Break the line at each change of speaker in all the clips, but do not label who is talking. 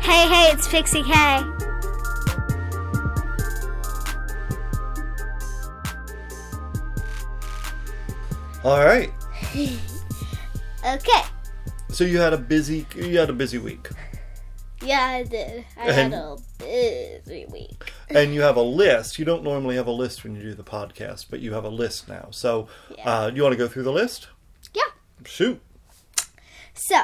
Hey, hey, it's Pixie K.
All right.
Okay.
So you had a busy you had a busy week,
Yeah, I did. I had a busy week.
and you have a list. You don't normally have a list when you do the podcast, but you have a list now. So uh, you want to go through the list?
Yeah.
Shoot.
So,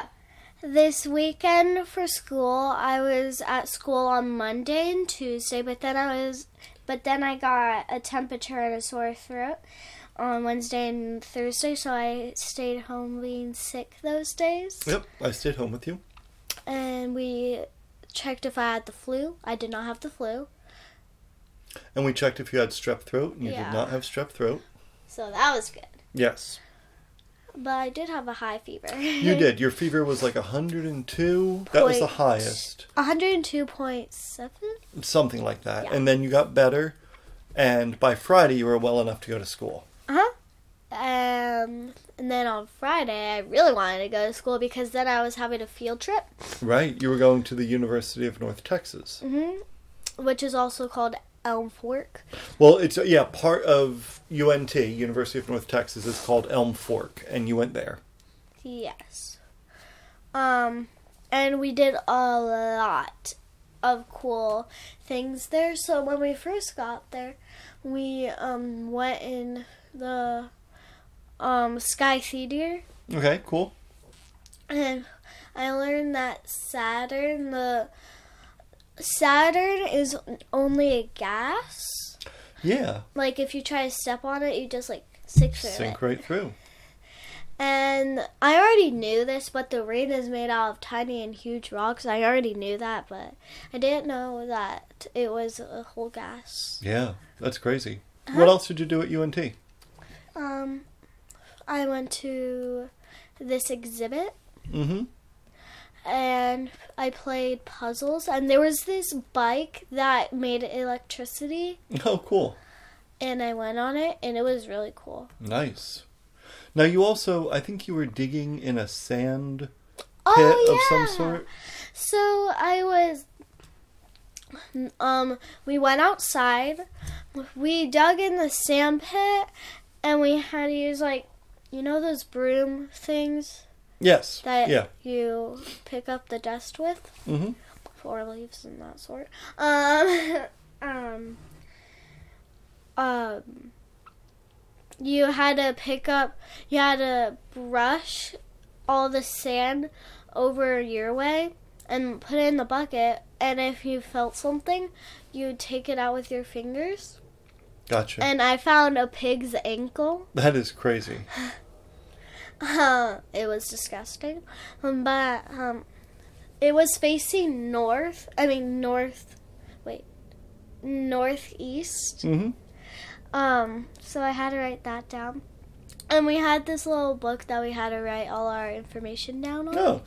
this weekend for school, I was at school on Monday and Tuesday, but then I was but then I got a temperature and a sore throat on Wednesday and Thursday, so I stayed home being sick those days.
Yep. I stayed home with you.
And we checked if I had the flu. I did not have the flu.
And we checked if you had strep throat, and you
Yeah.
did not have strep throat.
So that was good.
Yes,
But I did have a high fever.
you did. Your fever was like 102. That was the
Point-
highest,
102.7?
something like that.
Yeah.
And then you got better, and by Friday you were well enough to go to school.
Uh-huh. Um, and then on Friday, I really wanted to go to school because then I was having a field trip,
Right? You were going to the University of North Texas.
which is also called Elm Fork.
Well, it's yeah, part of UNT, University of North Texas, is called Elm Fork, and you went there.
Yes. Um, and we did a lot of cool things there. So when we first got there, we um went in the um Sky Theater
Okay, cool.
And I learned that Saturn, the Saturn is only a gas.
Yeah,
Like if you try to step on it, you just like sink through it.
sink right through.
And I already knew this, but the rain is made out of tiny and huge rocks. I already knew that, but I didn't know that it was a whole gas.
Yeah, that's crazy.
Uh-huh.
What else did you do at UNT?
Um, I went to this exhibit
Mm-hmm.
and I played puzzles. And there was this bike that made electricity,
Oh, cool.
and I went on it, and it was really cool.
Nice. Now you also, I think you were digging in a sand
Oh,
pit of some sort.
So I was. Um, we went outside. We dug in the sand pit, and we had to use like, you know, those broom things
Yes.
that
yeah.
you pick up the dust with.
Mhm.
four leaves and that sort. Um, um, um, you had to pick up, you had to brush all the sand over your way and put it in the bucket. And if you felt something, you'd take it out with your fingers.
Gotcha.
And I found a pig's ankle.
that is crazy.
it was disgusting. Um, but um, it was facing north. I mean north. Wait, northeast.
Mm-hmm.
Um, so I had to write that down. And we had this little book that we had to write all our information down on,
Oh,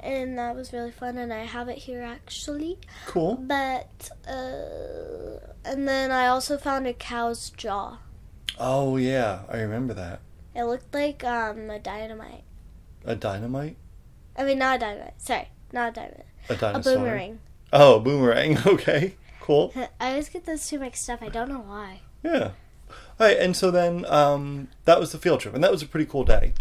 and that was really fun. And I have it here actually.
cool.
But uh, and then I also found a cow's jaw.
Oh yeah, I remember that.
It looked like um a dynamite.
A dynamite.
I mean, not a dynamite. Sorry, not a dynamite.
A
A
dinosaur.
boomerang.
Oh, boomerang. Okay. Cool.
I always get those two mixed up. I don't know why.
Yeah. All right, and so then um, that was the field trip, and that was a pretty cool day.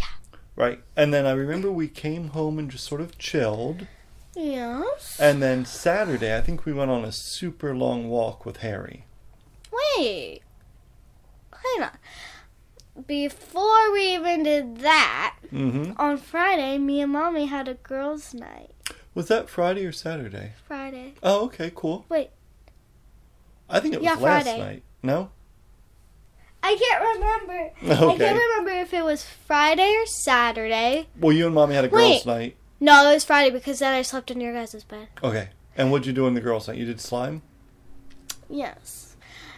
Right, and then I remember we came home and just sort of chilled,
Yes.
and then Saturday I think we went on a super long walk with Harry.
Wait. Hang on. Before we even did that,
Mm-hmm.
on Friday, me and mommy had a girls' night.
Was that Friday or Saturday?
Friday.
Oh, okay, cool.
Wait.
I think it was
Yeah,
last
Friday.
night. No.
I can't remember. I
Okay.
can't remember if it was Friday or Saturday.
Well, you and mommy had a
Wait.
girls' night.
No, it was Friday because then I slept in your guys' bed.
Okay. And what'd you do in the girls' night? You did slime.
Yes.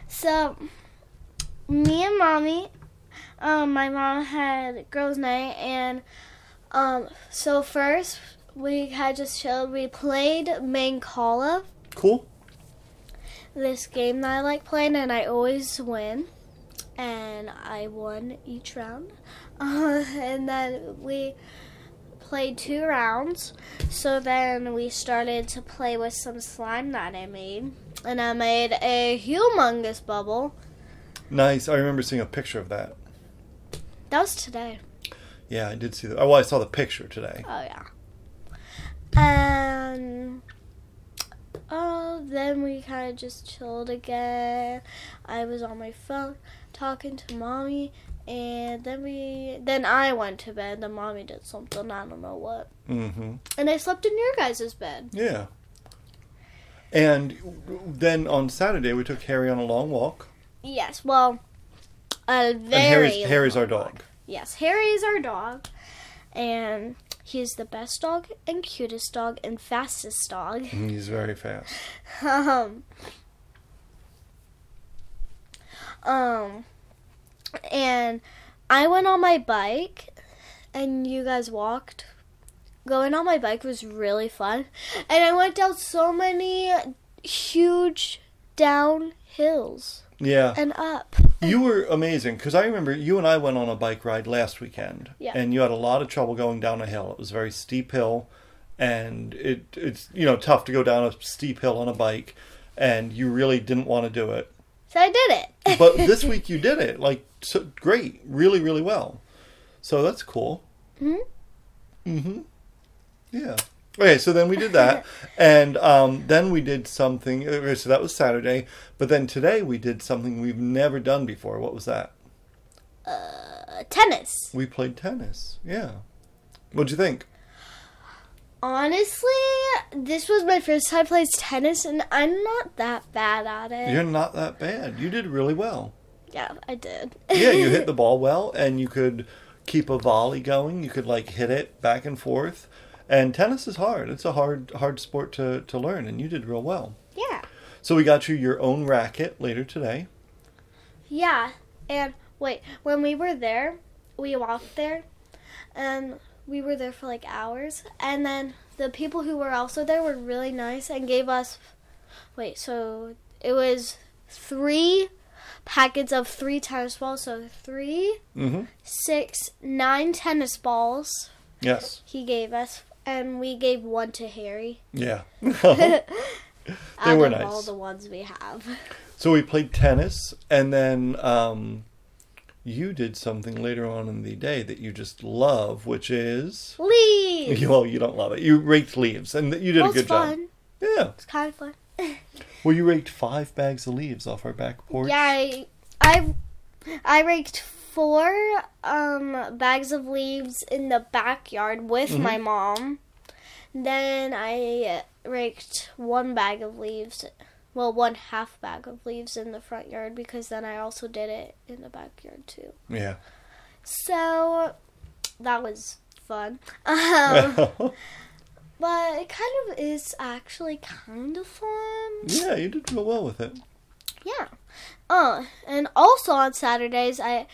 So, me and mommy, um, my mom had girls' night, and um, so first we had just chilled. We played Mancala,
Cool.
this game that I like playing, and I always win. And I won each round. and then Uh, we played two rounds. So then we started to play with some slime that I made. And I made a humongous bubble.
Nice. I remember seeing a picture of that.
That was today.
Yeah, I did see that. Well, I saw the picture today.
Oh, yeah. And uh, then we kind of just chilled again. I was on my phone talking to mommy. And then we, then I went to bed. Then mommy did something I don't know what,
Mm-hmm.
and I slept in your guys' bed.
Yeah. And then on Saturday we took Harry on a long walk.
Yes, well, a very
and Harry's, Harry's our dog.
Yes, Harry is our dog, and he's the best dog and cutest dog and fastest dog.
He's very fast.
um, um, and I went on my bike, and you guys walked. Going on my bike was really fun, and I went down so many huge down hills
Yeah.
and up.
You were amazing because I remember you and I went on a bike ride last weekend,
Yeah.
and you had a lot of trouble going down a hill. It was a very steep hill, and it it's you know tough to go down a steep hill on a bike, and you really didn't want to do it.
So I did it.
But this week you did it like so, great, really, really well. So that's cool.
Hmm?
Mm-hmm. Mm-hmm. Yeah. Okay, so then we did that, and um, then we did something. okay, So that was Saturday, but then today we did something we've never done before. What was that?
Uh, tennis.
We played tennis. Yeah. What'd you think?
Honestly, this was my first time playing tennis, and I'm not that bad at it.
You're not that bad. You did really well.
yeah, I did.
Yeah, you hit the ball well, and you could keep a volley going. You could like hit it back and forth. And tennis is hard. It's a hard, hard sport to to learn, and you did real well.
yeah,
So we got you your own racket later today.
yeah. And wait, when we were there, we walked there, and we were there for like hours. And then the people who were also there were really nice and gave us. Wait, so it was three packets of three tennis balls. So three,
Mm-hmm.
six, nine tennis balls.
Yes.
he gave us, and we gave one to Harry.
Yeah.
out
were
of
nice.
all the ones we have.
so we played tennis, and then um, you did something later on in the day that you just love, which is.
Leaves.
You, well, you don't love it. You raked leaves, and you did
Well,
a
it's
good job.
fun.
Yeah.
It's kind of fun.
Well, you raked five bags of leaves off our back porch.
Yeah, I, I, I raked four um bags of leaves in the backyard with my mom. Then I raked one bag of leaves. Well, one half bag of leaves in the front yard because then I also did it in the backyard too.
Yeah.
So that was fun. Um, But it kind of is actually kind of fun.
yeah, you did real well with it.
Yeah. Uh, and also on Saturdays, I.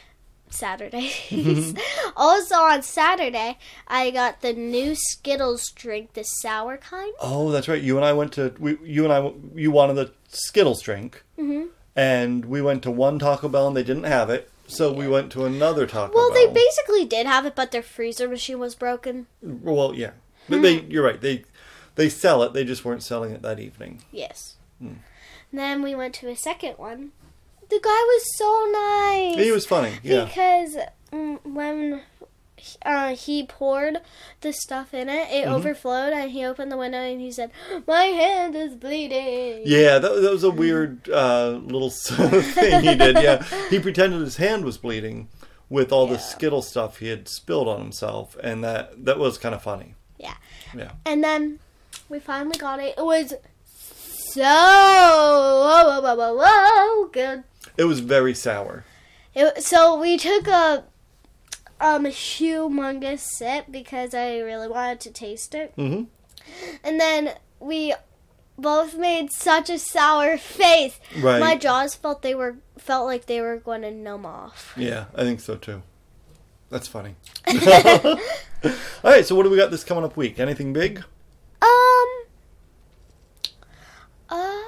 Saturdays.
Mm-hmm.
also on Saturday, I got the new Skittles drink, the sour kind.
Oh, that's right. You and I went to we. You and I. You wanted the Skittles drink,
Mhm.
and we went to one Taco Bell, and they didn't have it. So we went to another Taco
Well,
Bell.
they basically did have it, but their freezer machine was broken.
Well, yeah. But they. You're right. They. They sell it. They just weren't selling it that evening.
Yes.
Hmm.
Then we went to a second one. The guy was so nice.
He was funny. Yeah.
Because mm, when uh, he poured the stuff in it,
Mm-hmm.
it overflowed, and he opened the window and he said, "My hand is bleeding."
Yeah, that, that was a weird uh, little thing he did. Yeah, he pretended his hand was bleeding with all the
Yeah.
Skittle stuff he had spilled on himself, and that that was kind of funny.
Yeah.
Yeah.
And then we finally got it. It was so whoa, whoa, whoa, whoa, whoa, good.
It was very sour.
It, so we took a um humongous sip because I really wanted to taste it.
hmm
And then we both made such a sour face.
Right.
My jaws felt they were felt like they were going to numb off.
Yeah, I think so too. That's funny. all right, so what do we got this coming up week? Anything big?
Um uh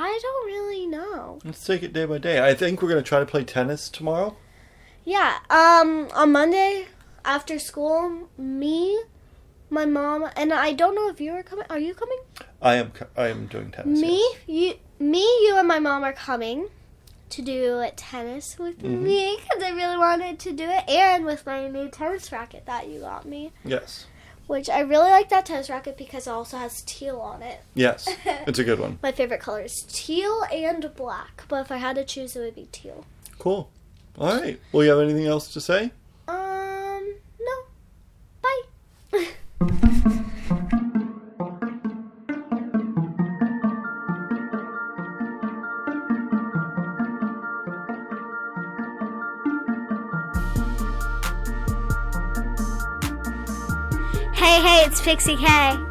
I don't really know.
Let's take it day by day. I think we're gonna try to play tennis tomorrow.
Yeah, um on Monday after school, me, my mom, and I don't know if you were coming. Are you coming?
I am co- I am doing tennis.
me,
yes.
you, me, you, and my mom are coming to do tennis with
Mm-hmm.
me 'cause me because I really wanted to do it, and with my new tennis racket that you got me,
Yes.
which I really like that tennis racket because it also has teal on it.
Yes. It's a good one.
My favorite color is teal and black, but if I had to choose, it would be teal.
Cool. All right. Well, you have anything else to say?
Um, no. Bye. hey, hey, it's Pixie K.